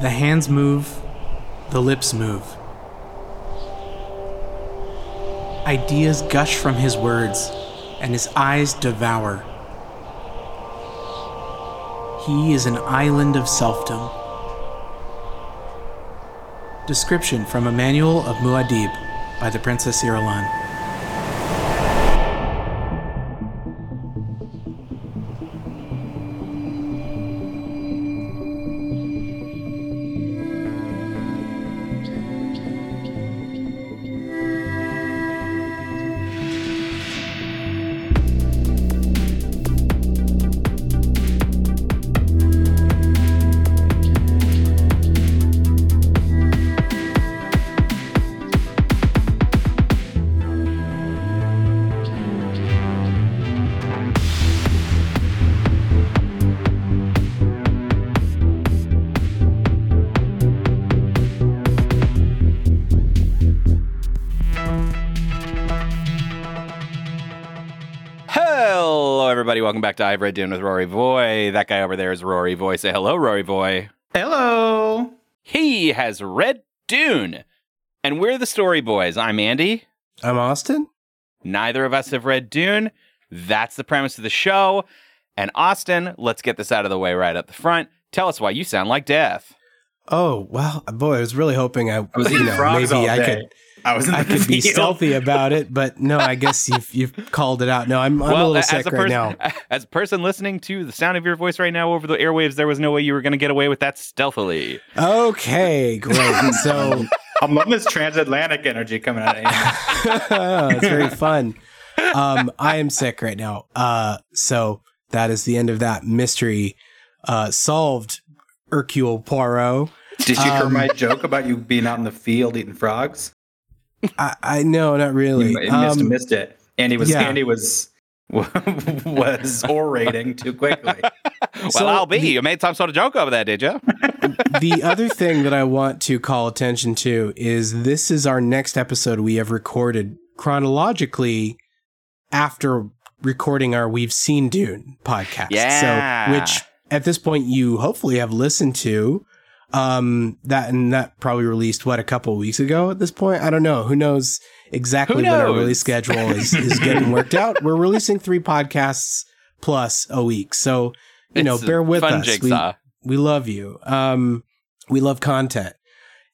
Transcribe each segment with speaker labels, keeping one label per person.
Speaker 1: The hands move, the lips move. Ideas gush from his words, and his eyes devour. He is an island of selfdom. Description from a manual of Muad'Dib by the Princess Irulan.
Speaker 2: Hello, everybody. Welcome back to I've Read Dune with Rory Voy. That guy over there is Rory Voy. Say hello, Rory Voy.
Speaker 1: Hello!
Speaker 2: He has read Dune. And we're the Story Boys. I'm Andy.
Speaker 3: I'm Austin.
Speaker 2: Neither of us have read Dune. That's the premise of the show. And Austin, let's get this out of the way right up the front. Tell us why you sound like death.
Speaker 3: Oh wow, boy! I was really hoping I,
Speaker 4: was
Speaker 3: you
Speaker 4: eating
Speaker 3: know,
Speaker 4: frogs
Speaker 3: maybe
Speaker 4: all
Speaker 3: I
Speaker 4: day.
Speaker 3: could
Speaker 4: I was in the
Speaker 3: I could be
Speaker 4: field.
Speaker 3: stealthy about it, but no, I guess you've you've called it out. No, I'm, I'm a little
Speaker 2: as
Speaker 3: sick
Speaker 2: a
Speaker 3: right
Speaker 2: person,
Speaker 3: now.
Speaker 2: as a person listening to the sound of your voice right now over the airwaves, there was no way you were going to get away with that stealthily.
Speaker 3: Okay, great. So
Speaker 4: I'm loving this transatlantic energy coming out of you.
Speaker 3: oh, it's very fun. Um, I am sick right now. Uh, so that is the end of that mystery uh, solved. Hercule Poirot.
Speaker 4: Did you hear
Speaker 3: Um,
Speaker 4: my joke about you being out in the field eating frogs?
Speaker 3: I, I no, not really.
Speaker 4: You missed,
Speaker 3: Um,
Speaker 4: missed it. Andy was
Speaker 3: yeah.
Speaker 4: Andy was was orating too quickly.
Speaker 2: Well,
Speaker 3: So
Speaker 2: I'll be.
Speaker 3: the-
Speaker 2: you made some sort of joke over that, did you?
Speaker 3: the other thing that I want to call attention to is this is our next episode we have recorded chronologically after recording our We've Seen Dune podcast.
Speaker 2: Yeah.
Speaker 3: So, which at this point you hopefully have listened to. Um, that and that probably released what a couple weeks ago at this point. I don't know. Who knows exactly
Speaker 2: Who
Speaker 3: when our
Speaker 2: knows?
Speaker 3: release schedule is, is getting worked out? We're releasing three podcasts plus a week. So, you know,
Speaker 2: It's a
Speaker 3: bear with
Speaker 2: fun
Speaker 3: us. We-
Speaker 2: Jigsaw.
Speaker 3: we love you. Um, we love content.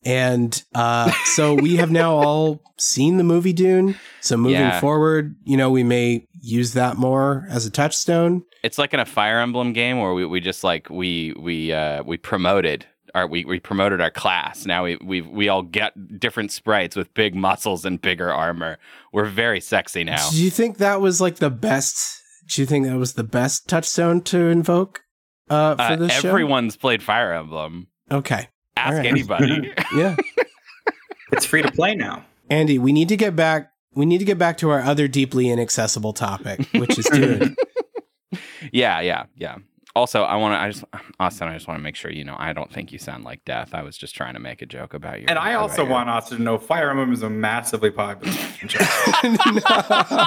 Speaker 3: And uh, so we have now all seen the movie Dune. So moving
Speaker 2: Yeah.
Speaker 3: forward, you know, we may use that more as a touchstone.
Speaker 2: It's like in a Fire Emblem game where we, we just like we we uh, we promoted our we, we promoted our class. Now we we we all get different sprites with big muscles and bigger armor. We're very sexy now.
Speaker 3: Do you think that was like the best? Do you think that was the best touchstone to invoke uh, for
Speaker 2: Uh,
Speaker 3: this
Speaker 2: everyone's played Fire Emblem.
Speaker 3: show? Okay.
Speaker 2: Ask
Speaker 3: Alright.
Speaker 2: anybody.
Speaker 3: Yeah.
Speaker 4: It's free to play now.
Speaker 3: Andy, we need to get back. We need to get back to our other deeply inaccessible topic, which is Dune.
Speaker 2: yeah, yeah, yeah. Also, I want to. I just Austin. I just want to make sure you know. I don't think you sound like death. I was just trying to make a joke about you.
Speaker 4: And I also want Austin to know Fire Emblem is a massively popular franchise.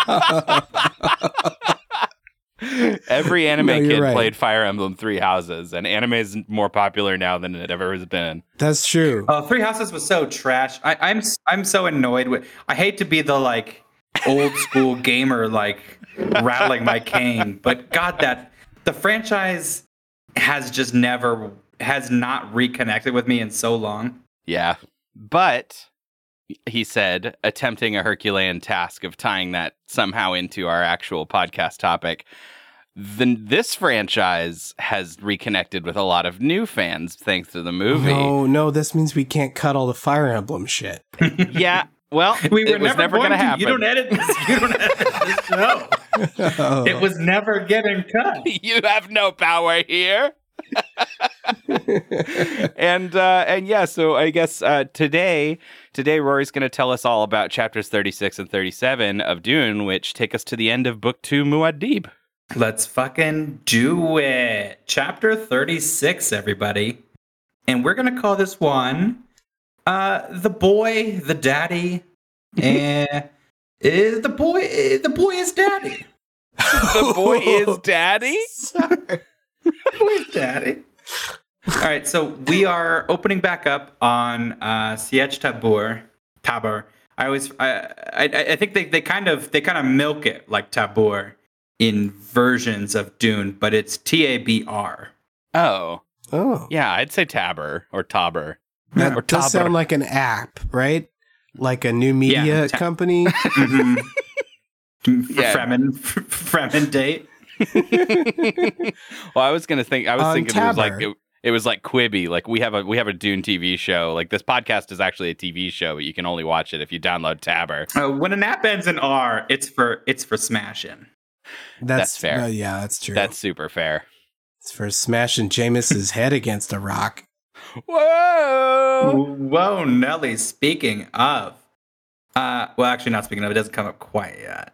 Speaker 2: Every anime
Speaker 3: No, you're
Speaker 2: kid
Speaker 3: right.
Speaker 2: played Fire Emblem Three Houses, and anime is more popular now than it ever has been.
Speaker 3: That's true.
Speaker 4: Uh, Three Houses was so trash. I, I'm s- I'm so annoyed with. I hate to be the like old school gamer like rattling my cane, but God, that the franchise has just never has not reconnected with me in so long.
Speaker 2: Yeah. But he said, attempting a Herculean task of tying that somehow into our actual podcast topic. Then this franchise has reconnected with a lot of new fans thanks to the movie.
Speaker 3: No, no, this means we can't cut all the Fire Emblem shit.
Speaker 2: Yeah. Well,
Speaker 4: We were
Speaker 2: it was never, going to happen.
Speaker 4: You don't edit this. You don't edit this show. It
Speaker 3: Oh.
Speaker 4: was never getting cut.
Speaker 2: you have no power here. and uh, and yeah, so I guess uh, today today Rory's going to tell us all about chapters thirty six and thirty seven of Dune, which take us to the end of book two, Muad'Dib.
Speaker 4: Let's fucking do it. Chapter 36, everybody. And we're going to call this one uh the boy, the daddy, and is the boy eh, the boy is daddy.
Speaker 2: The boy is daddy.
Speaker 4: The boy is daddy. All right, so we are opening back up on uh, Siege Tabor. Tabor. I always, I, I, I think they, they kind of, they kind of milk it like Tabor in versions of Dune, but it's T A B R.
Speaker 2: Oh,
Speaker 3: Oh,
Speaker 2: yeah, I'd say Tabber or Tobber.
Speaker 3: that
Speaker 2: Or
Speaker 3: does
Speaker 2: Tabor.
Speaker 3: sound like an app, right? Like a new media
Speaker 4: ta-
Speaker 3: company. Mm-hmm.
Speaker 4: Mhm.
Speaker 2: Yeah.
Speaker 4: Fremen, Fremen date.
Speaker 2: Well, I was gonna think. I was
Speaker 3: On
Speaker 2: thinking it was like
Speaker 3: Um, Tabor.
Speaker 2: it, it was like Quibi. Like we have a we have a Dune TV show. Like this podcast is actually a TV show, but you can only watch it if you download Tabber.
Speaker 4: Uh, when an app ends in R, it's for it's for smashing.
Speaker 2: That's fair.
Speaker 3: well, yeah, that's true.
Speaker 2: That's super fair.
Speaker 3: it's for smashing Jameis's head against a rock.
Speaker 2: Whoa!
Speaker 4: Whoa, Nelly. Speaking of, uh, well, actually, not speaking of. It doesn't come up quite yet.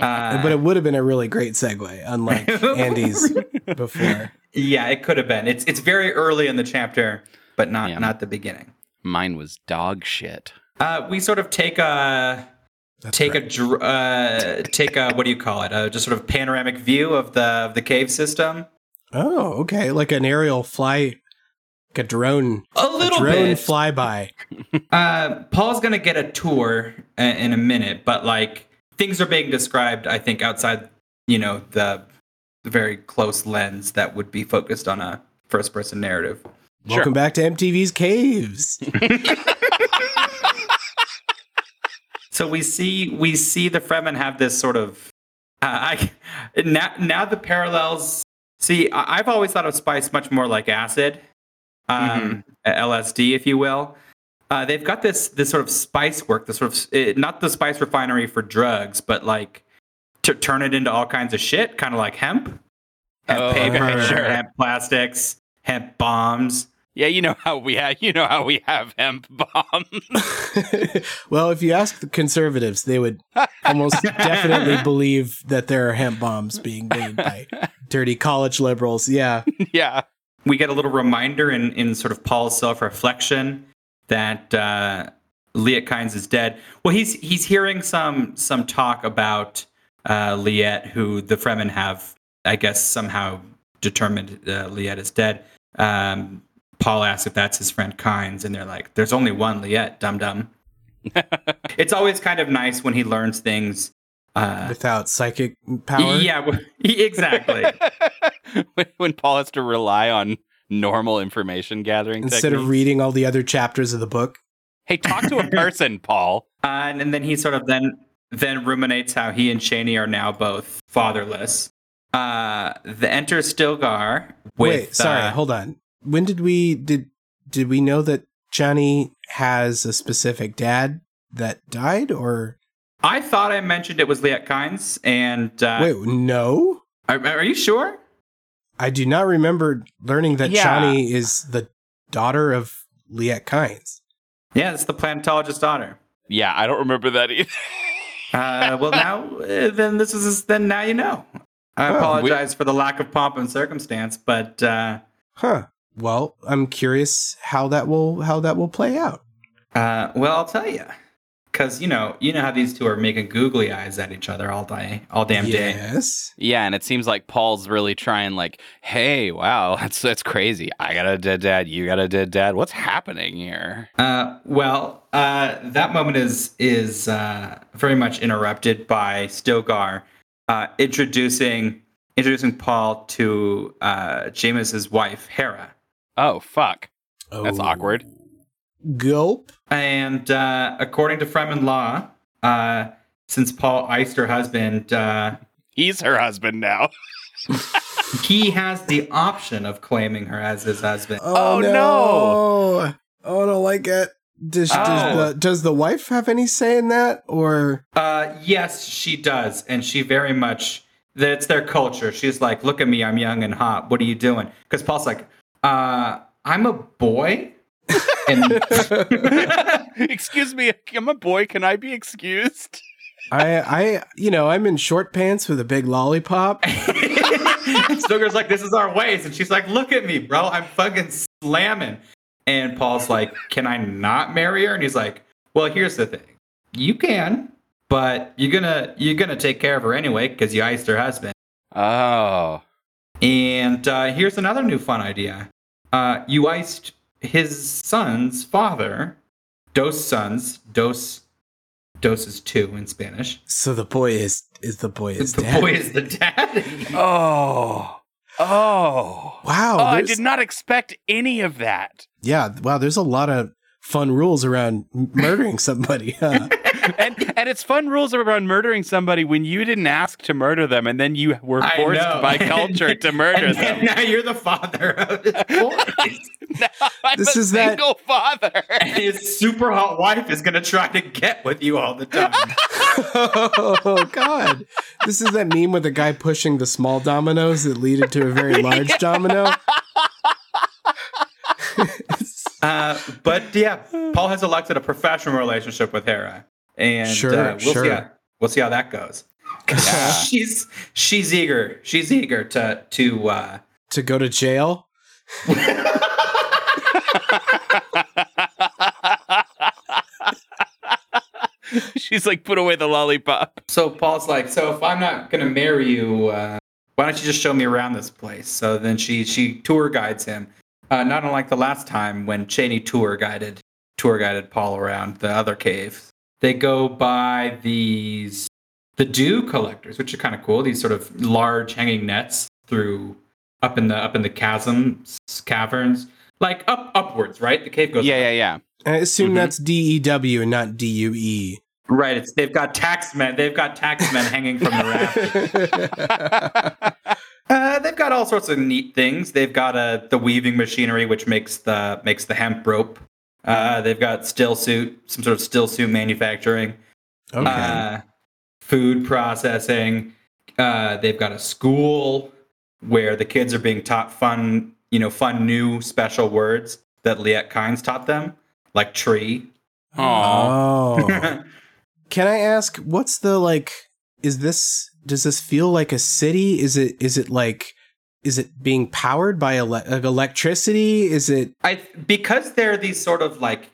Speaker 4: Uh,
Speaker 3: but it would have been a really great segue, unlike Andy's before.
Speaker 4: yeah, it could have been. It's it's very early in the chapter, but not
Speaker 2: Yeah.
Speaker 4: not the beginning.
Speaker 2: Mine was dog shit.
Speaker 4: Uh, we sort of take a
Speaker 3: That's
Speaker 4: take
Speaker 3: right.
Speaker 4: a dr- uh, take a what do you call it? Uh, just sort of panoramic view of the of the cave system.
Speaker 3: Oh, okay. Like an aerial fly, like a drone,
Speaker 4: A
Speaker 3: a
Speaker 4: little
Speaker 3: drone
Speaker 4: bit.
Speaker 3: flyby.
Speaker 4: Uh, Paul's gonna get a tour uh, in a minute, but like things are being described, I think outside, you know, the, the very close lens that would be focused on a first-person narrative.
Speaker 2: Sure.
Speaker 3: Welcome back to MTV's Caves.
Speaker 4: So we see we see the Fremen have this sort of uh, I, now now the parallels. See, I, I've always thought of spice much more like acid, um,
Speaker 2: Mm-hmm.
Speaker 4: LSD, if you will. Uh, they've got this this sort of spice work, this sort of eh, not the spice refinery for drugs, but like to turn it into all kinds of shit, kind of like hemp, hemp
Speaker 2: Oh,
Speaker 4: paper,
Speaker 3: okay,
Speaker 2: sure.
Speaker 4: hemp plastics, hemp bombs.
Speaker 2: Yeah, you know how we have you know how we have hemp bombs.
Speaker 3: well, if you ask the conservatives, they would almost definitely believe that there are hemp bombs being made by dirty college liberals. Yeah.
Speaker 2: yeah.
Speaker 4: we get a little reminder in, in sort of Paul's self reflection that uh, Liet Kynes is dead. Well, he's he's hearing some some talk about uh, Liet, who the Fremen have, I guess, somehow determined uh, Liet is dead. Um, Paul asks if that's his friend Kynes, and they're like, "There's only one Liet, dum dum." it's always kind of nice when he learns things. Uh,
Speaker 3: Without psychic power.
Speaker 4: Yeah, w- exactly.
Speaker 2: when, when Paul has to rely on normal information gathering
Speaker 3: Instead of
Speaker 2: techniques.
Speaker 3: reading all the other chapters of the book.
Speaker 2: hey, talk to a person, Paul.
Speaker 4: Uh, and, and then he sort of then then ruminates how he and Shani are now both fatherless. Uh, the enter Stilgar with
Speaker 3: Wait, sorry,
Speaker 4: uh,
Speaker 3: hold on. When did we did did we know that Johnny has a specific dad that died or
Speaker 4: I thought I mentioned it was Liet Kynes, and uh,
Speaker 3: wait, no?
Speaker 4: are, are you sure?
Speaker 3: I do not remember learning that
Speaker 2: Yeah.
Speaker 3: Johnny is the daughter of Liet Kynes.
Speaker 4: Yeah, it's the planetologist's daughter.
Speaker 2: Yeah, I don't remember that either.
Speaker 4: Uh, well, now uh, then this is then now you know. I
Speaker 3: Oh, we-
Speaker 4: apologize for the lack of pomp and circumstance, but uh,
Speaker 3: Huh. Well, I'm curious how that will how that will play out.
Speaker 4: uh, well, I'll tell you, because you know you know how these two are making googly eyes at each other all day, all damn day.
Speaker 3: yes.
Speaker 2: Yeah, and it seems like Paul's really trying. Like, hey, wow, that's that's crazy. I got a dead dad. You got a dead dad. What's happening here?
Speaker 4: Uh, well, uh, that moment is is uh, very much interrupted by Stilgar uh, introducing introducing Paul to uh, Jameis's wife Hera,
Speaker 2: Oh fuck,
Speaker 3: Oh.
Speaker 2: that's awkward.
Speaker 3: Gulp.
Speaker 4: and uh, according to Fremen law, uh, since Paul iced her husband, uh,
Speaker 2: He's her husband now.
Speaker 4: he has the option of claiming her as his husband.
Speaker 2: Oh, no.
Speaker 3: Oh, I don't like it. Does,
Speaker 4: Oh.
Speaker 3: does, the, does the wife have any say in that, or
Speaker 4: Uh, yes, she does, and she very much. That's their culture. She's like, "Look at me, I'm young and hot. What are you doing?" Because Paul's like, uh, "I'm a boy," and
Speaker 2: Excuse me, I'm a boy. Can I be excused?
Speaker 3: I, I, you know, I'm in short pants with a big lollipop.
Speaker 4: Stoker's like, "This is our ways," and she's like, "Look at me, bro. I'm fucking slamming." And Paul's like, "Can I not marry her?" And he's like, "Well, here's the thing. You can, but you're gonna you're gonna take care of her anyway because you iced her husband."
Speaker 2: Oh,
Speaker 4: And uh, here's another new fun idea. uh, you iced his son's father, Dos sons, Dos, Dos is two in Spanish.
Speaker 3: So the boy is is the boy is
Speaker 4: the
Speaker 3: dead.
Speaker 4: boy is the daddy.
Speaker 2: Oh. Oh.
Speaker 3: wow.
Speaker 2: Oh, I
Speaker 3: there's-
Speaker 2: did not expect any of that.
Speaker 3: Yeah, wow. There's a lot of fun rules around m- murdering somebody. Huh?
Speaker 2: and and it's fun rules around murdering somebody when you didn't ask to murder them and then you were
Speaker 4: I
Speaker 2: forced
Speaker 4: know.
Speaker 2: by culture to murder
Speaker 4: and
Speaker 2: them.
Speaker 4: then now you're the father of this boy.
Speaker 2: Now I'm
Speaker 3: This
Speaker 2: a
Speaker 3: is that-
Speaker 2: single father.
Speaker 4: and his super hot wife is gonna try to get with you all the time.
Speaker 3: oh God! This is that meme with the guy pushing the small dominoes that leaded to a very large domino.
Speaker 4: uh, but yeah, Paul has elected a professional relationship with Hera, and
Speaker 3: Sure,
Speaker 4: uh, we'll
Speaker 3: sure.
Speaker 4: see how we'll see how that goes. 'Cause
Speaker 2: Yeah.
Speaker 4: she's she's eager. She's eager to to. Uh,
Speaker 3: To go to jail.
Speaker 2: She's like, put away the lollipop.
Speaker 4: so Paul's like, so if I'm not gonna marry you, uh, why don't you just show me around this place? So then she she tour guides him, uh, not unlike the last time when Cheney tour guided tour guided Paul around the other caves. They go by these the dew collectors, which are kind of cool. These sort of large hanging nets through up in the up in the chasms caverns, like up upwards, right? The cave goes up.
Speaker 2: Yeah, yeah, yeah.
Speaker 3: I assume
Speaker 4: Mhm.
Speaker 3: that's D E W and not D U E.
Speaker 4: right. It's they've got taxmen. They've got taxmen hanging from the raft. Uh, they've got all sorts of neat things. They've got uh, the weaving machinery, which makes the makes the hemp rope. Uh, they've got still suit, some sort of still suit manufacturing.
Speaker 3: Okay.
Speaker 4: Uh, food processing. Uh, they've got a school where the kids are being taught fun, you know, fun new special words that Liette Kynes taught them, like tree.
Speaker 2: Aw.
Speaker 3: oh. Can I ask what's the like is this does this feel like a city? Is it is it like is it being powered by ele- like electricity? Is it
Speaker 4: I because they're these sort of like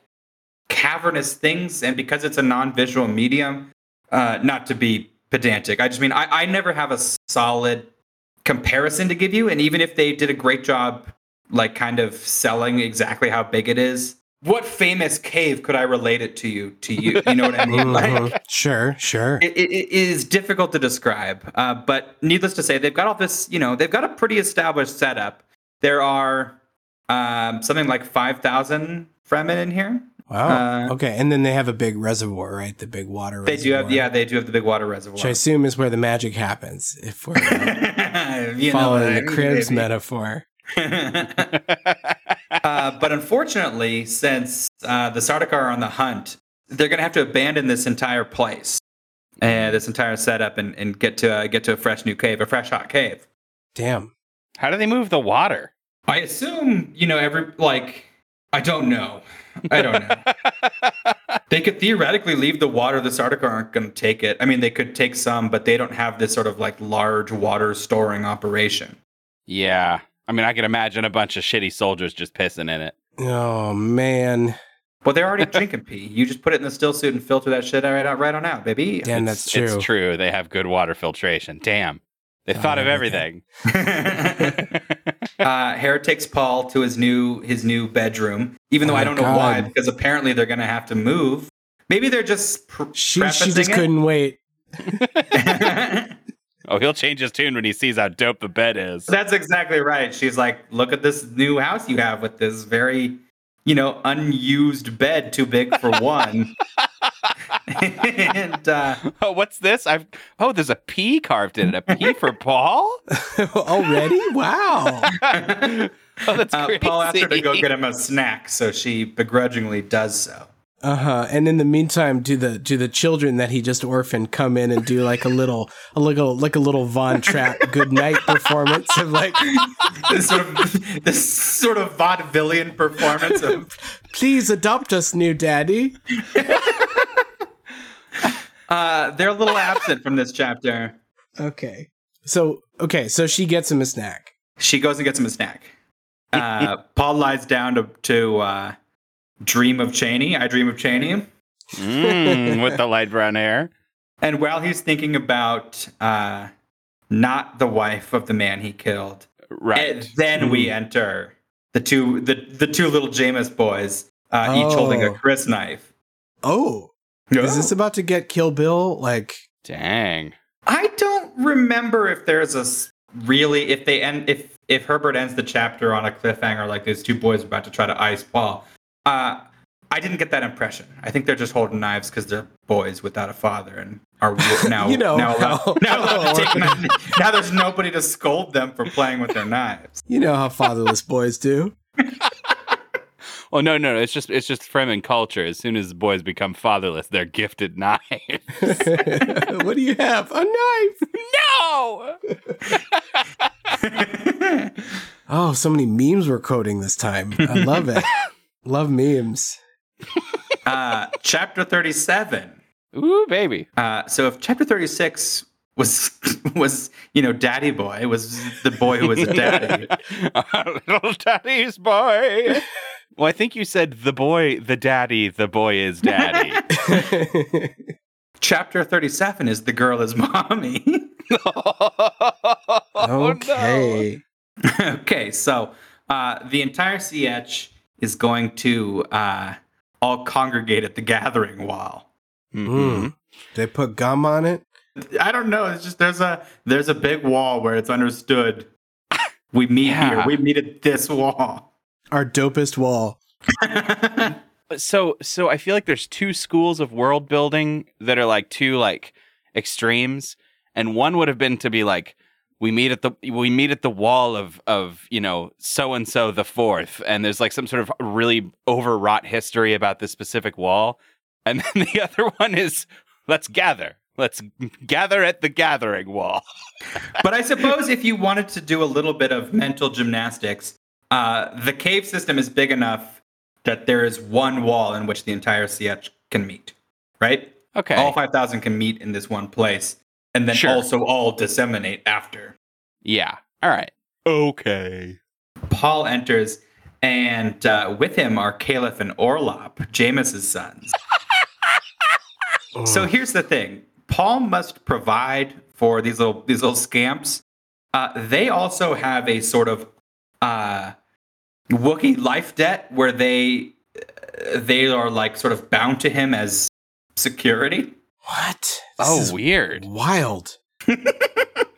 Speaker 4: cavernous things, and because it's a non-visual medium. Uh, not to be pedantic, I just mean I, I never have a solid comparison to give you, and even if they did a great job, like kind of selling exactly how big it is, what famous cave could I relate it to you? To you, you know what I mean? Like,
Speaker 3: Mhm. sure, sure.
Speaker 4: it, it, it is difficult to describe. Uh, but needless to say, they've got all this, you know, they've got a pretty established setup. There are um, something like 5,000 Fremen in here.
Speaker 3: wow.
Speaker 4: uh,
Speaker 3: okay, and then they have a big reservoir, right? The big water
Speaker 4: They do
Speaker 3: reservoir.
Speaker 4: have, yeah, they do have the big water reservoir.
Speaker 3: Which I assume is where the magic happens if we're uh,
Speaker 4: You know what
Speaker 3: following
Speaker 4: I
Speaker 3: the
Speaker 4: mean,
Speaker 3: cribs
Speaker 4: baby.
Speaker 3: metaphor.
Speaker 4: uh, but unfortunately, since uh, the Sardaukar are on the hunt, they're going to have to abandon this entire place, uh, this entire setup, and, and get to uh, get to a fresh new cave, a fresh hot cave.
Speaker 3: Damn.
Speaker 2: How do they move the water?
Speaker 4: I assume, you know, every like I don't know. I don't know. they could theoretically leave the water. The Sardaukar aren't going to take it. I mean, they could take some, but they don't have this sort of like large water storing operation.
Speaker 2: Yeah. I mean, I could imagine a bunch of shitty soldiers just pissing in it.
Speaker 3: Oh man.
Speaker 4: Well, they're already drinking pee. You just put it in the still suit and filter that shit right out, right on out, baby.
Speaker 3: Damn,
Speaker 2: It's-
Speaker 3: that's true.
Speaker 2: It's true. They have good water filtration. Damn. They
Speaker 3: Oh,
Speaker 2: thought of
Speaker 3: okay.
Speaker 2: everything.
Speaker 4: uh, Hera takes Paul to his new his new bedroom, even though
Speaker 3: Oh
Speaker 4: I
Speaker 3: my
Speaker 4: don't know why,
Speaker 3: God.
Speaker 4: because apparently they're going to have to move. Maybe they're just pr-
Speaker 3: She she
Speaker 4: prefacing
Speaker 3: just
Speaker 4: it.
Speaker 3: couldn't wait.
Speaker 2: Oh, he'll change his tune when he sees how dope the bed is.
Speaker 4: That's exactly right. She's like, look at this new house you have with this very, you know, unused bed, too big for one. and uh,
Speaker 2: Oh, what's this? I've oh, there's a P carved in it. A P for Paul.
Speaker 3: Already? Wow.
Speaker 2: oh, that's
Speaker 4: uh,
Speaker 2: crazy.
Speaker 4: Paul asked her to go get him a snack, so she begrudgingly does so.
Speaker 3: Uh-huh. And in the meantime, do the do the children that he just orphaned come in and do like a little a little like a little Von Trapp good night performance of like
Speaker 4: This sort of this sort of vaudevillian performance of
Speaker 3: please adopt us, new daddy.
Speaker 4: uh, they're a little absent from this chapter.
Speaker 3: Okay. So okay, so she gets him a snack.
Speaker 4: She goes and gets him a snack. Uh, Paul lies down to to uh, dream of Cheney. I dream of Cheney.
Speaker 2: Mm, with the light brown hair.
Speaker 4: And while he's thinking about uh, not the wife of the man he killed,
Speaker 2: Right.
Speaker 3: Hmm.
Speaker 4: and then we enter the two the the two little Jameis boys, uh, each holding a
Speaker 3: Oh.
Speaker 4: Chris knife.
Speaker 3: Oh, is this about to get Kill Bill? Like,
Speaker 2: Dang.
Speaker 4: I don't remember if there's a s- really if they end if if Herbert ends the chapter on a cliffhanger like those two boys about to try to ice Paul. Uh, I didn't get that impression. I think they're just holding knives because they're boys without a father and are we- now
Speaker 3: You know
Speaker 4: now allowed,
Speaker 3: how-
Speaker 4: now, allowed to take knives. now there's nobody to scold them for playing with their knives.
Speaker 3: you know how fatherless boys do.
Speaker 2: Well, Oh, no, no, no. It's just it's just Fremen culture. As soon as the boys become fatherless, they're gifted knives.
Speaker 3: what do you have? A knife.
Speaker 2: no.
Speaker 3: Oh, so many memes we're quoting this time. I love it. love memes.
Speaker 4: Uh, chapter thirty-seven.
Speaker 2: Ooh, baby.
Speaker 4: Uh, so if chapter 36 was was you know daddy boy was the boy who was a daddy
Speaker 2: Our little daddy's boy. Well, I think you said the boy, the daddy, the boy is daddy.
Speaker 4: chapter 37 is the girl is mommy
Speaker 2: Oh, no.
Speaker 3: okay.
Speaker 4: okay so uh, the entire ch is going to uh, all congregate at the gathering wall
Speaker 2: Mhm.
Speaker 3: Mm. They put gum on it.
Speaker 4: i don't know it's just there's a there's a big wall where it's understood we meet
Speaker 2: Yeah.
Speaker 4: here we meet at this wall
Speaker 3: Our dopest wall.
Speaker 2: so so i feel like there's two schools of world building that are like two like extremes and one would have been to be like we meet at the we meet at the wall of of you know so and so the fourth and there's like some sort of really overwrought history about this specific wall and then the other one is let's gather let's gather at the gathering wall
Speaker 4: but I suppose if you wanted to do a little bit of mental gymnastics, uh, the cave system is big enough that there is one wall in which the entire CH can meet, right?
Speaker 2: okay
Speaker 4: All 5,000 can meet in this one place and then
Speaker 2: Sure.
Speaker 4: also all disseminate after.
Speaker 2: yeah all right okay
Speaker 4: Paul enters, and uh, with him are Caliph and Orlop, Jameis's sons. So here's the thing: Paul must provide for these little these little scamps. Uh, they also have a sort of uh, Wookiee life debt where they uh, they are like sort of bound to him as security.
Speaker 3: what? This
Speaker 2: oh
Speaker 3: is
Speaker 2: weird
Speaker 3: wild.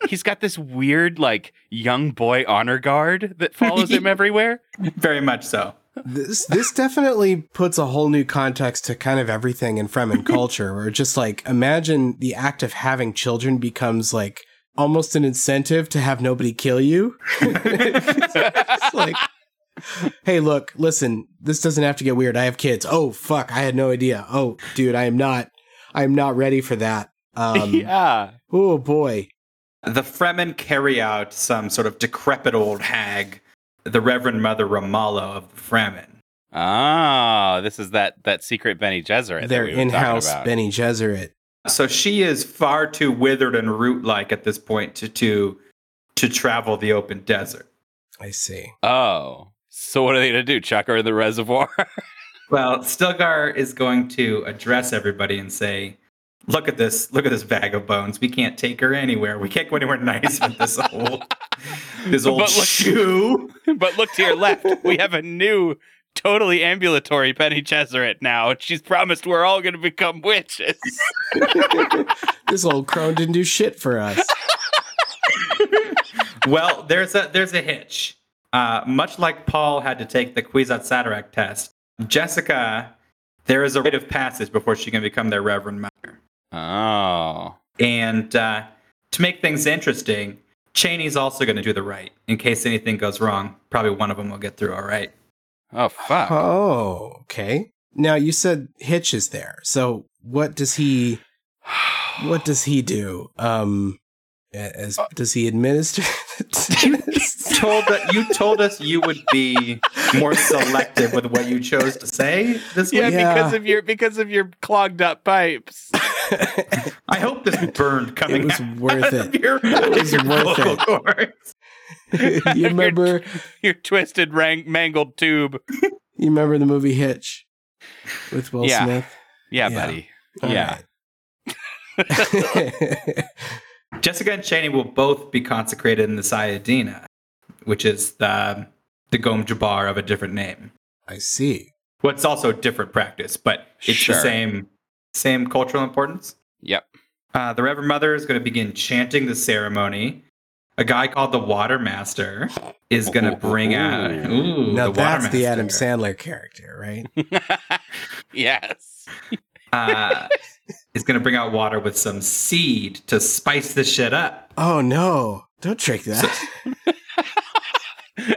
Speaker 2: he's got this weird like young boy honor guard that follows him everywhere.
Speaker 4: Very much so.
Speaker 3: This this definitely puts a whole new context to kind of everything in Fremen culture, where just like imagine the act of having children becomes like almost an incentive to have nobody kill you. It's like, hey, look, listen, this doesn't have to get weird. I have kids. Oh fuck, I had no idea. Oh, dude, I am not, I am not ready for that. Um,
Speaker 2: yeah.
Speaker 3: Oh boy.
Speaker 4: The Fremen carry out some sort of decrepit old hag, the Reverend Mother Ramallah of the Fremen.
Speaker 2: Ah, this is that that secret Benny Gesserit. that
Speaker 3: Their
Speaker 2: we were talking
Speaker 3: in-house
Speaker 2: about.
Speaker 3: Benny Gesserit.
Speaker 4: So she is far too withered and root-like at this point to to to travel the open desert.
Speaker 3: I see.
Speaker 2: Oh, so what are they gonna do? Chuck her in the reservoir?
Speaker 4: Well, Stilgar is going to address everybody and say, "Look at this! Look at this bag of bones. We can't take her anywhere. We can't go anywhere nice with this old this old
Speaker 2: But look-
Speaker 4: shoe."
Speaker 2: but look to your left. We have a new. Totally ambulatory Benny Gesserit now. and She's promised we're all going to become witches.
Speaker 3: This old crone didn't do shit for us.
Speaker 4: Well, there's a there's a hitch. Uh, much like Paul had to take the Kwisatz Haderach test, Jessica, there is a rite of passage before she can become their Reverend Mother.
Speaker 2: Oh.
Speaker 4: And uh, to make things interesting, Cheney's also going to do the right in case anything goes wrong. Probably one of them will get through all right.
Speaker 2: Oh, fuck.
Speaker 3: Oh, okay. Now you said Hitch is there. So what does he what does he do? Um a- as
Speaker 4: Uh,
Speaker 3: does he administer this?
Speaker 4: Told that you told us you would be more selective with what you chose to say this
Speaker 2: yeah,
Speaker 4: week.
Speaker 3: Yeah.
Speaker 2: because of your because of your clogged up pipes.
Speaker 4: I hope this burned coming.
Speaker 3: It was
Speaker 4: out
Speaker 3: worth
Speaker 4: of
Speaker 3: it.
Speaker 4: Your, it
Speaker 3: was worth it. you remember
Speaker 2: your twisted rang- mangled tube.
Speaker 3: you remember the movie Hitch with Will
Speaker 2: Yeah.
Speaker 3: Smith?
Speaker 2: Yeah,
Speaker 3: Yeah.
Speaker 2: buddy.
Speaker 3: All
Speaker 2: yeah.
Speaker 3: right.
Speaker 4: Jessica and Cheney will both be consecrated in the Sayadina, which is the Dagom Jabbar of a different name.
Speaker 3: I see.
Speaker 4: Well, it's also a different practice, but it's
Speaker 2: Sure.
Speaker 4: the same same cultural importance.
Speaker 2: Yep.
Speaker 4: Uh, the Reverend Mother is going to begin chanting the ceremony. A guy called the Water Master is going to bring out. Ooh,
Speaker 3: now
Speaker 4: the
Speaker 3: that's
Speaker 4: Water
Speaker 3: the Adam
Speaker 4: Master.
Speaker 3: Sandler character, right?
Speaker 2: yes.
Speaker 4: Uh, is going to bring out water with some seed to spice the shit up.
Speaker 3: oh no! Don't trick that.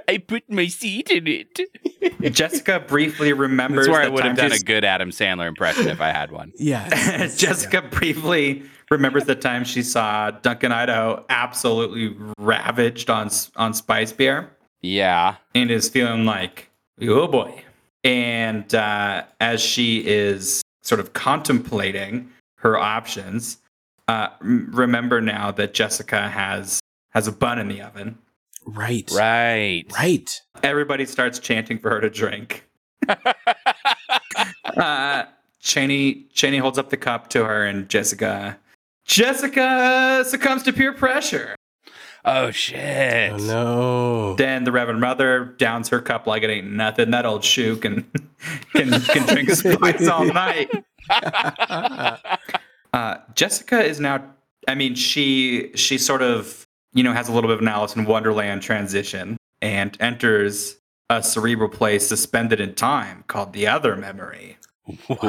Speaker 2: I put my seed in it.
Speaker 4: Jessica briefly remembers.
Speaker 2: That's where I
Speaker 4: the
Speaker 2: would have
Speaker 4: time
Speaker 2: done
Speaker 4: she-
Speaker 2: a good Adam Sandler impression if I had one.
Speaker 3: yeah.
Speaker 4: Jessica briefly remembers the time she saw Duncan Idaho absolutely ravaged on on Spice Beer
Speaker 2: Yeah.
Speaker 4: and is feeling like, oh boy. And uh, as she is sort of contemplating her options, uh, m- remember now that Jessica has has a bun in the oven.
Speaker 3: Right. Right.
Speaker 2: Right.
Speaker 3: Right.
Speaker 4: Everybody starts chanting for her to drink. uh, Cheney Cheney holds up the cup to her, and Jessica Jessica succumbs to peer pressure.
Speaker 2: Oh shit.
Speaker 3: Oh no.
Speaker 4: Then the Reverend Mother downs her cup like it ain't nothing. That old shoe can can, can drink spice all night. Uh, Jessica is now. I mean, she she sort of you know has a little bit of an Alice in Wonderland transition and enters a cerebral place suspended in time called the Other Memory.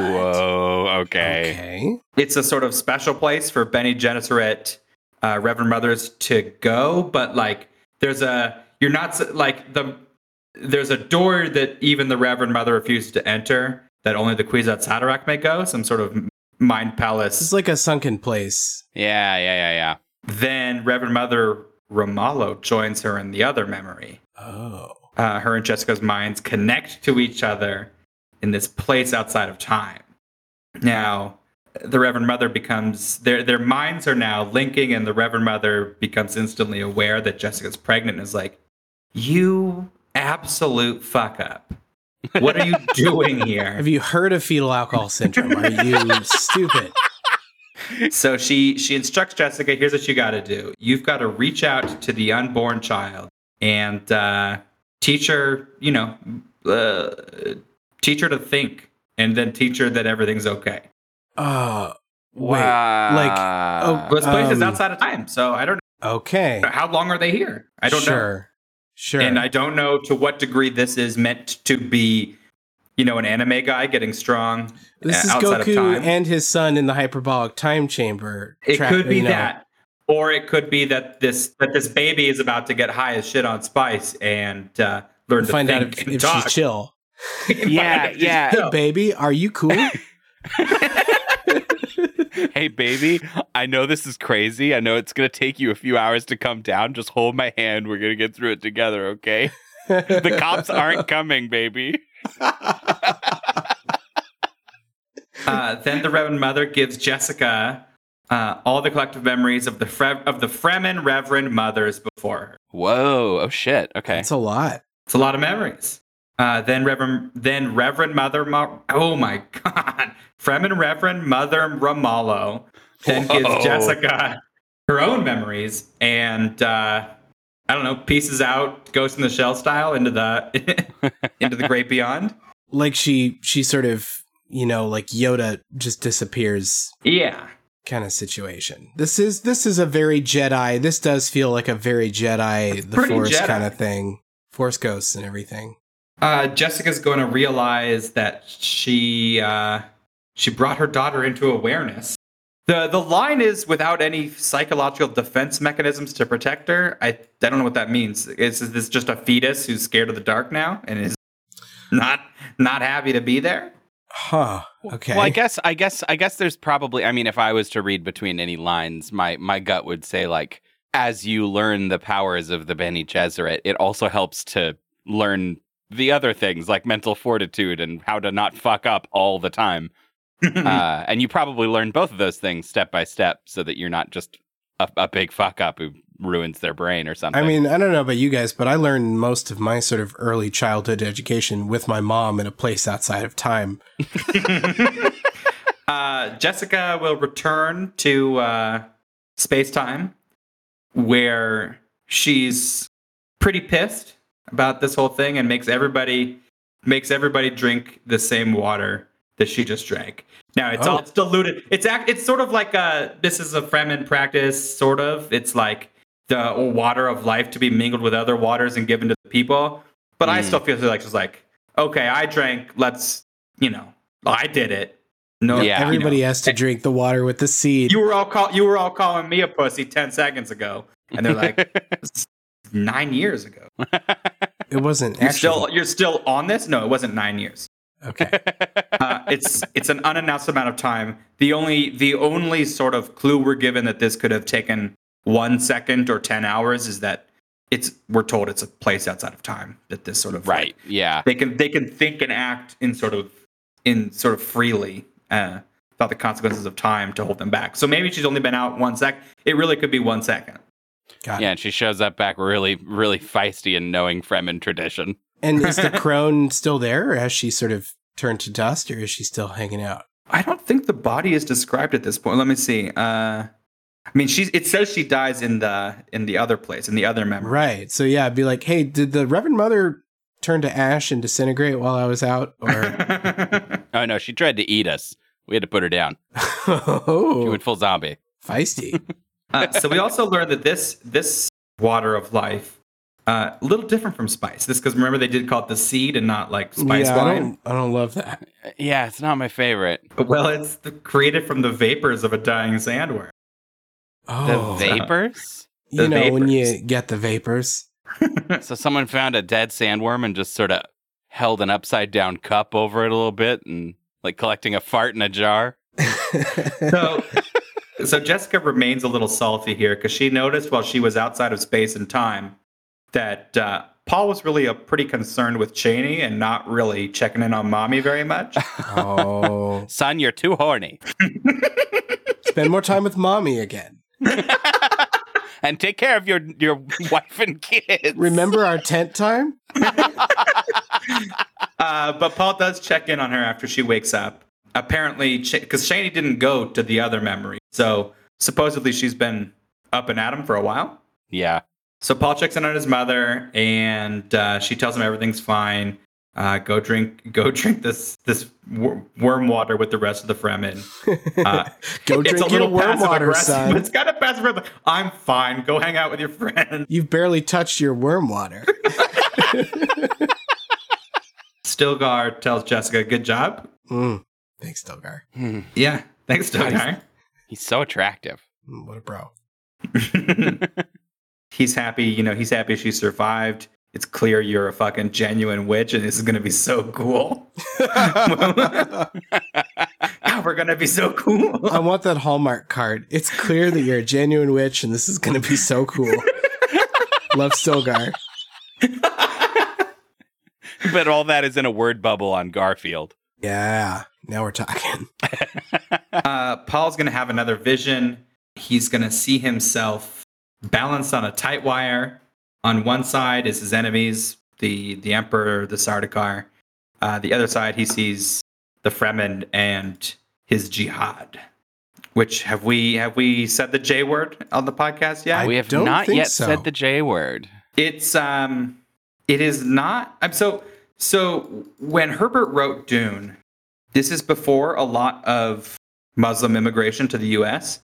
Speaker 2: Whoa. Okay.
Speaker 3: Okay.
Speaker 4: It's a sort of special place for Benny Gesserit, uh, Reverend Mothers to go, but like there's a you're not s- like the there's a door that even the Reverend Mother refuses to enter that only the Kwisatz Haderach may go. Some sort of mind palace.
Speaker 3: This is like a sunken place.
Speaker 2: Yeah. Yeah. Yeah.
Speaker 4: Then Reverend Mother Romalo joins her in the other memory.
Speaker 3: Oh.
Speaker 4: Uh, her and Jessica's minds connect to each other in this place outside of time. Now, the Reverend Mother becomes their their minds are now linking, and the Reverend Mother becomes instantly aware that Jessica's pregnant and is like, "You absolute fuck up! What are you doing here?"
Speaker 3: Have you heard of fetal alcohol syndrome? Are you stupid?
Speaker 4: So she she instructs Jessica, here's what you got to do. You've got to reach out to the unborn child and uh, teach her, you know, uh, teach her to think, and then teach her that everything's okay.
Speaker 3: Oh. Wait.
Speaker 2: Wow.
Speaker 3: oh,
Speaker 4: This place is
Speaker 3: Um,
Speaker 4: outside of time, so I don't
Speaker 3: Okay.
Speaker 4: know how long are they here. I don't know,
Speaker 3: sure. Sure.
Speaker 4: and I don't know to what degree this is meant to be. You know, an anime guy getting strong.
Speaker 3: This is
Speaker 4: uh, outside of
Speaker 3: Goku
Speaker 4: time.
Speaker 3: and his son in the hyperbolic time chamber.
Speaker 4: It
Speaker 3: Tra-
Speaker 4: could be
Speaker 3: you know.
Speaker 4: that, or it could be that this that this baby is about to get high as shit on spice and uh, learn to
Speaker 3: Find out
Speaker 4: think
Speaker 3: if,
Speaker 4: and
Speaker 3: if
Speaker 4: talk.
Speaker 3: she's chill.
Speaker 2: yeah. Yeah.
Speaker 3: Hey, baby, are you cool?
Speaker 2: Hey, baby, I know this is crazy. I know it's going to take you a few hours to come down. Just hold my hand. We're going to get through it together, okay? The cops aren't coming, baby.
Speaker 4: Uh, then the Reverend Mother gives Jessica uh, all the collective memories of the Fre- of the Fremen Reverend Mothers before her.
Speaker 2: Whoa. Oh, shit. Okay.
Speaker 3: That's a lot.
Speaker 4: It's a lot of memories. Uh, then Reverend then Reverend Mother Mo- oh my god Fremen Reverend Mother Romalo then
Speaker 2: Whoa.
Speaker 4: gives Jessica her own memories and uh, I don't know pieces out Ghost in the Shell style into the into the great beyond
Speaker 3: Like she she sort of, you know, like Yoda just disappears
Speaker 4: yeah
Speaker 3: kind of situation. This is this is a very Jedi. This does feel like a very Jedi, the
Speaker 4: pretty
Speaker 3: Force
Speaker 4: Jedi.
Speaker 3: kind of thing. Force ghosts and everything.
Speaker 4: uh, Jessica's going to realize that she uh, she brought her daughter into awareness. the The line is without any psychological defense mechanisms to protect her. I I don't know what that means. Is, is this just a fetus who's scared of the dark now and is not not happy to be there?
Speaker 3: Huh. Okay.
Speaker 2: Well, I guess, I guess, I guess there's probably, I mean, if I was to read between any lines, my, my gut would say, like, as you learn the powers of the Bene Gesserit, it also helps to learn the other things like mental fortitude and how to not fuck up all the time. uh, and you probably learn both of those things step by step so that you're not just a, a big fuck up who ruins their brain or something.
Speaker 3: I mean, I don't know about you guys, but I learned most of my sort of early childhood education with my mom in a place outside of time.
Speaker 4: Uh, Jessica will return to uh, space time where she's pretty pissed about this whole thing and makes everybody makes everybody drink the same water that she just drank. Now it's
Speaker 3: Oh.
Speaker 4: all it's diluted. It's act, it's sort of like uh this is a Fremen practice sort of. It's like the water of life to be mingled with other waters and given to the people. But I
Speaker 2: Mm.
Speaker 4: still feel like it's like okay, I drank. Let's you know, I did it. No,
Speaker 2: Yeah.
Speaker 4: Ah, you know.
Speaker 3: Everybody has to drink the water with the seed.
Speaker 4: You were all call you were all calling me a pussy ten seconds ago, and they're like nine years ago.
Speaker 3: it wasn't
Speaker 4: You're
Speaker 3: actually.
Speaker 4: still you're still on this? No, it wasn't nine years.
Speaker 3: okay.
Speaker 4: Uh, it's it's an unannounced amount of time. The only the only sort of clue we're given that this could have taken one second or ten hours is that it's we're told it's a place outside of time that this sort of like,
Speaker 2: right. Yeah.
Speaker 4: they can they can think and act in sort of in sort of freely uh, without the consequences of time to hold them back. So maybe she's only been out one sec. It really could be one second.
Speaker 3: Got
Speaker 2: Yeah.
Speaker 3: it.
Speaker 2: And she shows up back really, really feisty and knowing Fremen tradition.
Speaker 3: And is the crone still there, or has she sort of turned to dust, or is she still hanging out?
Speaker 4: I don't think the body is described at this point. Let me see. Uh, I mean, she's. It says she dies in the in the other place in the other memory.
Speaker 3: Right. So yeah, be like, hey, did the Reverend Mother turn to ash and disintegrate while I was out? Or
Speaker 4: Uh,
Speaker 2: Oh no, she tried to eat us. We had to put her down.
Speaker 3: oh,
Speaker 2: She went full zombie.
Speaker 3: feisty.
Speaker 4: Uh, so we also learned that this this water of life uh, a little different from spice. This because remember they did call it the seed and not like spice
Speaker 3: yeah, I
Speaker 4: wine.
Speaker 3: don't, I don't love that.
Speaker 2: Yeah, it's not my favorite.
Speaker 4: Well, it's the, created from the vapors of a dying sandworm.
Speaker 2: The
Speaker 3: Oh,
Speaker 2: vapors?
Speaker 3: you
Speaker 4: the
Speaker 3: know when you
Speaker 4: vapors.
Speaker 3: get the vapors.
Speaker 2: so someone found a dead sandworm and just sort of held an upside down cup over it a little bit and like collecting a fart in a jar.
Speaker 4: So, so Jessica remains a little salty here because she noticed while she was outside of space and time that uh, Paul was really a pretty concerned with Cheney and not really checking in on mommy very much.
Speaker 3: oh,
Speaker 2: Son, you're too horny.
Speaker 3: spend more time with mommy again.
Speaker 2: And take care of your your wife and kids.
Speaker 3: Remember our tent time?
Speaker 4: Uh, but Paul does check in on her after she wakes up. Apparently, because Cheney didn't go to the other memory, so supposedly she's been up and at him for a while.
Speaker 2: Yeah.
Speaker 4: So Paul checks in on his mother, and uh, she tells him everything's fine. Uh, go drink, go drink this this wor- worm water with the rest of the Fremen. Uh,
Speaker 3: Go drink your worm water,
Speaker 4: passive-aggressive, but
Speaker 3: son.
Speaker 4: It's kind of passive aggressive. I'm fine. Go hang out with your friends.
Speaker 3: You've barely touched your worm water.
Speaker 4: Stilgar tells Jessica, "Good job."
Speaker 3: Mm. Thanks, Delgar.
Speaker 2: Hmm.
Speaker 4: Yeah, thanks, Stilgar.
Speaker 2: He's so attractive.
Speaker 3: Mm, what a bro.
Speaker 4: he's happy. You know, he's happy she survived. It's clear you're a fucking genuine witch, and this is gonna be so cool. God, we're gonna be so cool.
Speaker 3: I want that Hallmark card. It's clear that you're a genuine witch, and this is going to be so cool. Love Stilgar.
Speaker 2: But all that is in a word bubble on Garfield.
Speaker 3: Yeah, now we're talking.
Speaker 4: Uh, Paul's going to have another vision. He's going to see himself balanced on a tight wire. On one side is his enemies, the the Emperor, the Sardaukar. Uh, the other side, he sees the Fremen and his jihad. Which have we have we said the J word on the podcast yet?
Speaker 3: I
Speaker 2: we have
Speaker 3: don't
Speaker 2: not
Speaker 3: think
Speaker 2: yet
Speaker 3: so.
Speaker 2: said the J word.
Speaker 4: it's um it is not i'm so so when herbert wrote dune this is before a lot of muslim immigration to the us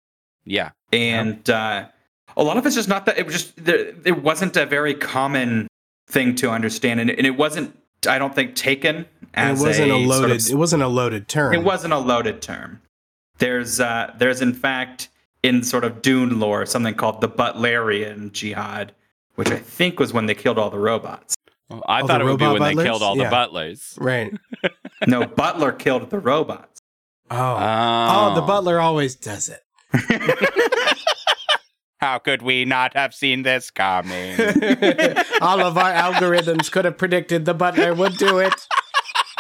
Speaker 2: Yeah.
Speaker 4: and uh a lot of it's just not that it was just there it wasn't a very common thing to understand and, and it wasn't i don't think taken
Speaker 3: And
Speaker 4: as
Speaker 3: it wasn't a,
Speaker 4: sort of
Speaker 3: loaded. it wasn't a loaded term.
Speaker 4: it wasn't a loaded term. There's uh, there's in fact in sort of Dune lore something called the Butlerian Jihad, which I think was when they killed all the robots.
Speaker 2: Well, I
Speaker 3: Oh,
Speaker 2: thought
Speaker 3: the
Speaker 2: it would be
Speaker 3: robot
Speaker 2: when they
Speaker 3: butlers?
Speaker 2: killed all
Speaker 3: Yeah.
Speaker 2: the butlers.
Speaker 3: right.
Speaker 4: No, Butler killed the robots.
Speaker 3: Oh.
Speaker 4: Uh,
Speaker 2: Oh.
Speaker 4: um,
Speaker 3: oh, the butler always does it.
Speaker 2: How could we not have seen this coming?
Speaker 3: All of our algorithms could have predicted the butler would do it.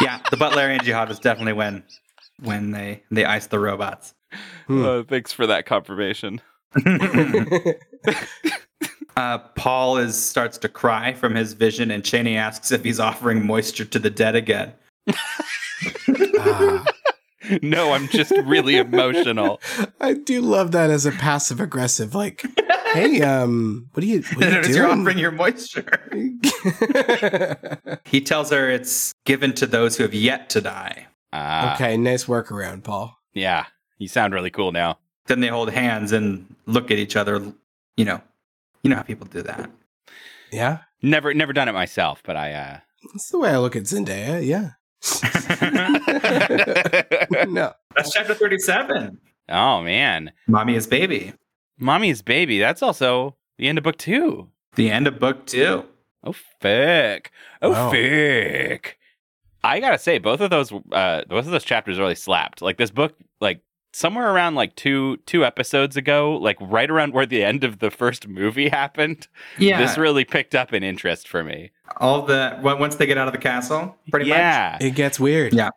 Speaker 4: Yeah, the Butlerian Jihad was definitely when when they they iced the robots.
Speaker 3: Hmm.
Speaker 2: Uh, thanks for that confirmation.
Speaker 4: Uh, Paul is starts to cry from his vision, and Cheney asks if he's offering moisture to the dead again.
Speaker 3: Ah.
Speaker 2: No, I'm just really emotional.
Speaker 3: I do love that as a passive aggressive, like hey, um, what are you? What are you
Speaker 4: Notice you're
Speaker 3: doing?
Speaker 4: offering your moisture. He tells her it's given to those who have yet to die.
Speaker 2: Ah,
Speaker 3: okay, nice workaround, Paul.
Speaker 2: Yeah. You sound really cool now.
Speaker 4: Then they hold hands and look at each other. You know, you know how people do that.
Speaker 3: Yeah,
Speaker 2: Never never done it myself, but I uh
Speaker 3: that's the way I look at Zendaya. Yeah. no,
Speaker 4: That's chapter 37.
Speaker 2: uh, oh man.
Speaker 4: Mommy is baby.
Speaker 2: Mommy's baby. That's also the end of book two.
Speaker 4: The end of book two.
Speaker 2: Oh fuck. Oh
Speaker 3: Wow.
Speaker 2: fuck. I gotta say, both of those uh both of those chapters really slapped. Like this book, like somewhere around like two two episodes ago, like right around where the end of the first movie happened,
Speaker 4: Yeah.
Speaker 2: this really picked up an interest for me.
Speaker 4: All the well, once they get out of the castle, pretty much.
Speaker 2: yeah.
Speaker 3: it gets weird.
Speaker 4: Yeah.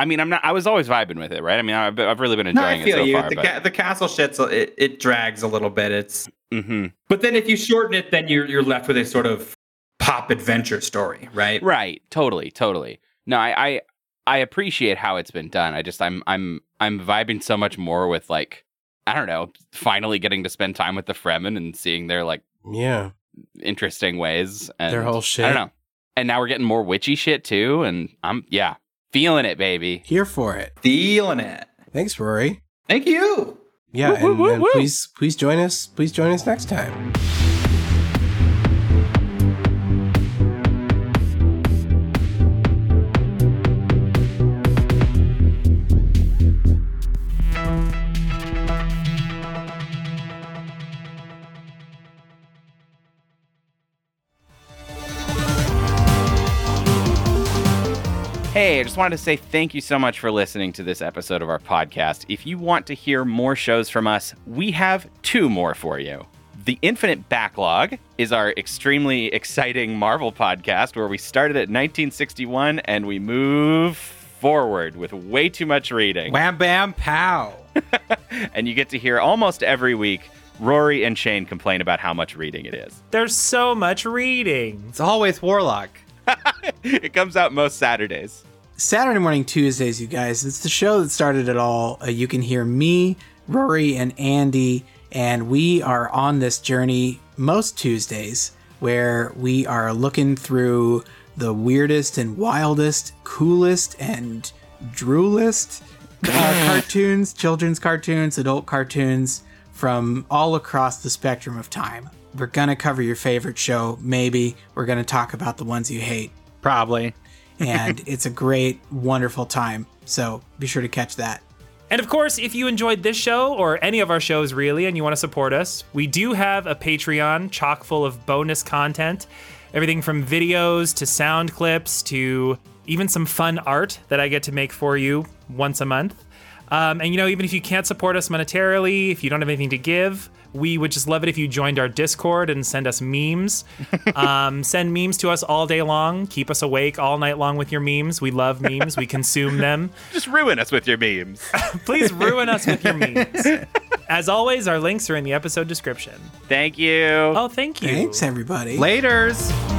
Speaker 2: I mean, I'm not. I was always vibing with it, right? I mean, I've, I've really been
Speaker 4: No,
Speaker 2: enjoying
Speaker 4: I
Speaker 2: it
Speaker 4: feel
Speaker 2: so
Speaker 4: you.
Speaker 2: far.
Speaker 4: the,
Speaker 2: But,
Speaker 4: ca- the castle shit's a- it, it drags a little bit. It's
Speaker 2: Mhm.
Speaker 4: but then if you shorten it, then you're you're left with a sort of pop adventure story, right?
Speaker 2: Right. Totally. Totally. No, I, I I appreciate how it's been done. I just I'm I'm I'm vibing so much more with like I don't know, finally getting to spend time with the Fremen and seeing their like
Speaker 3: yeah.
Speaker 2: interesting ways and
Speaker 3: Their whole shit.
Speaker 2: I don't know. And now we're getting more witchy shit too, and I'm yeah feeling it, baby.
Speaker 3: Here for it.
Speaker 4: Feeling it.
Speaker 3: Thanks, Rory.
Speaker 4: Thank you.
Speaker 3: Yeah,
Speaker 2: Woo, woo,
Speaker 3: and,
Speaker 2: woo,
Speaker 3: and
Speaker 2: woo.
Speaker 3: please, please join us. Please join us next time.
Speaker 2: Hey, I just wanted to say thank you so much for listening to this episode of our podcast. If you want to hear more shows from us, we have two more for you. The Infinite Backlog is our extremely exciting Marvel podcast where we started at 1961 and we move forward with way too much reading.
Speaker 3: Wham bam pow.
Speaker 2: And you get to hear almost every week Rory and Shane complain about how much reading it is.
Speaker 5: There's so much reading.
Speaker 6: It's always Warlock.
Speaker 2: it comes out most Saturdays.
Speaker 1: Saturday morning, Tuesdays, you guys. It's the show that started it all. Uh, you can hear me, Rory, and Andy, and we are on this journey most Tuesdays where we are looking through the weirdest and wildest, coolest and droolest uh, cartoons, children's cartoons, adult cartoons from all across the spectrum of time. We're going to cover your favorite show, maybe. We're going to talk about the ones you hate
Speaker 6: Probably.
Speaker 1: and it's a great, wonderful time. So be sure to catch that.
Speaker 5: And of course, if you enjoyed this show or any of our shows really and you want to support us, we do have a Patreon chock full of bonus content. Everything from videos to sound clips to even some fun art that I get to make for you once a month. Um, and you know, even if you can't support us monetarily, if you don't have anything to give, we would just love it if you joined our Discord and send us memes. um, send memes to us all day long. Keep us awake all night long with your memes. We love memes. We consume them.
Speaker 2: Just ruin us with your memes.
Speaker 5: Please ruin us with your memes. As always, our links are in the episode description.
Speaker 2: Thank you.
Speaker 5: Oh, thank you.
Speaker 1: Thanks, everybody.
Speaker 6: Laters.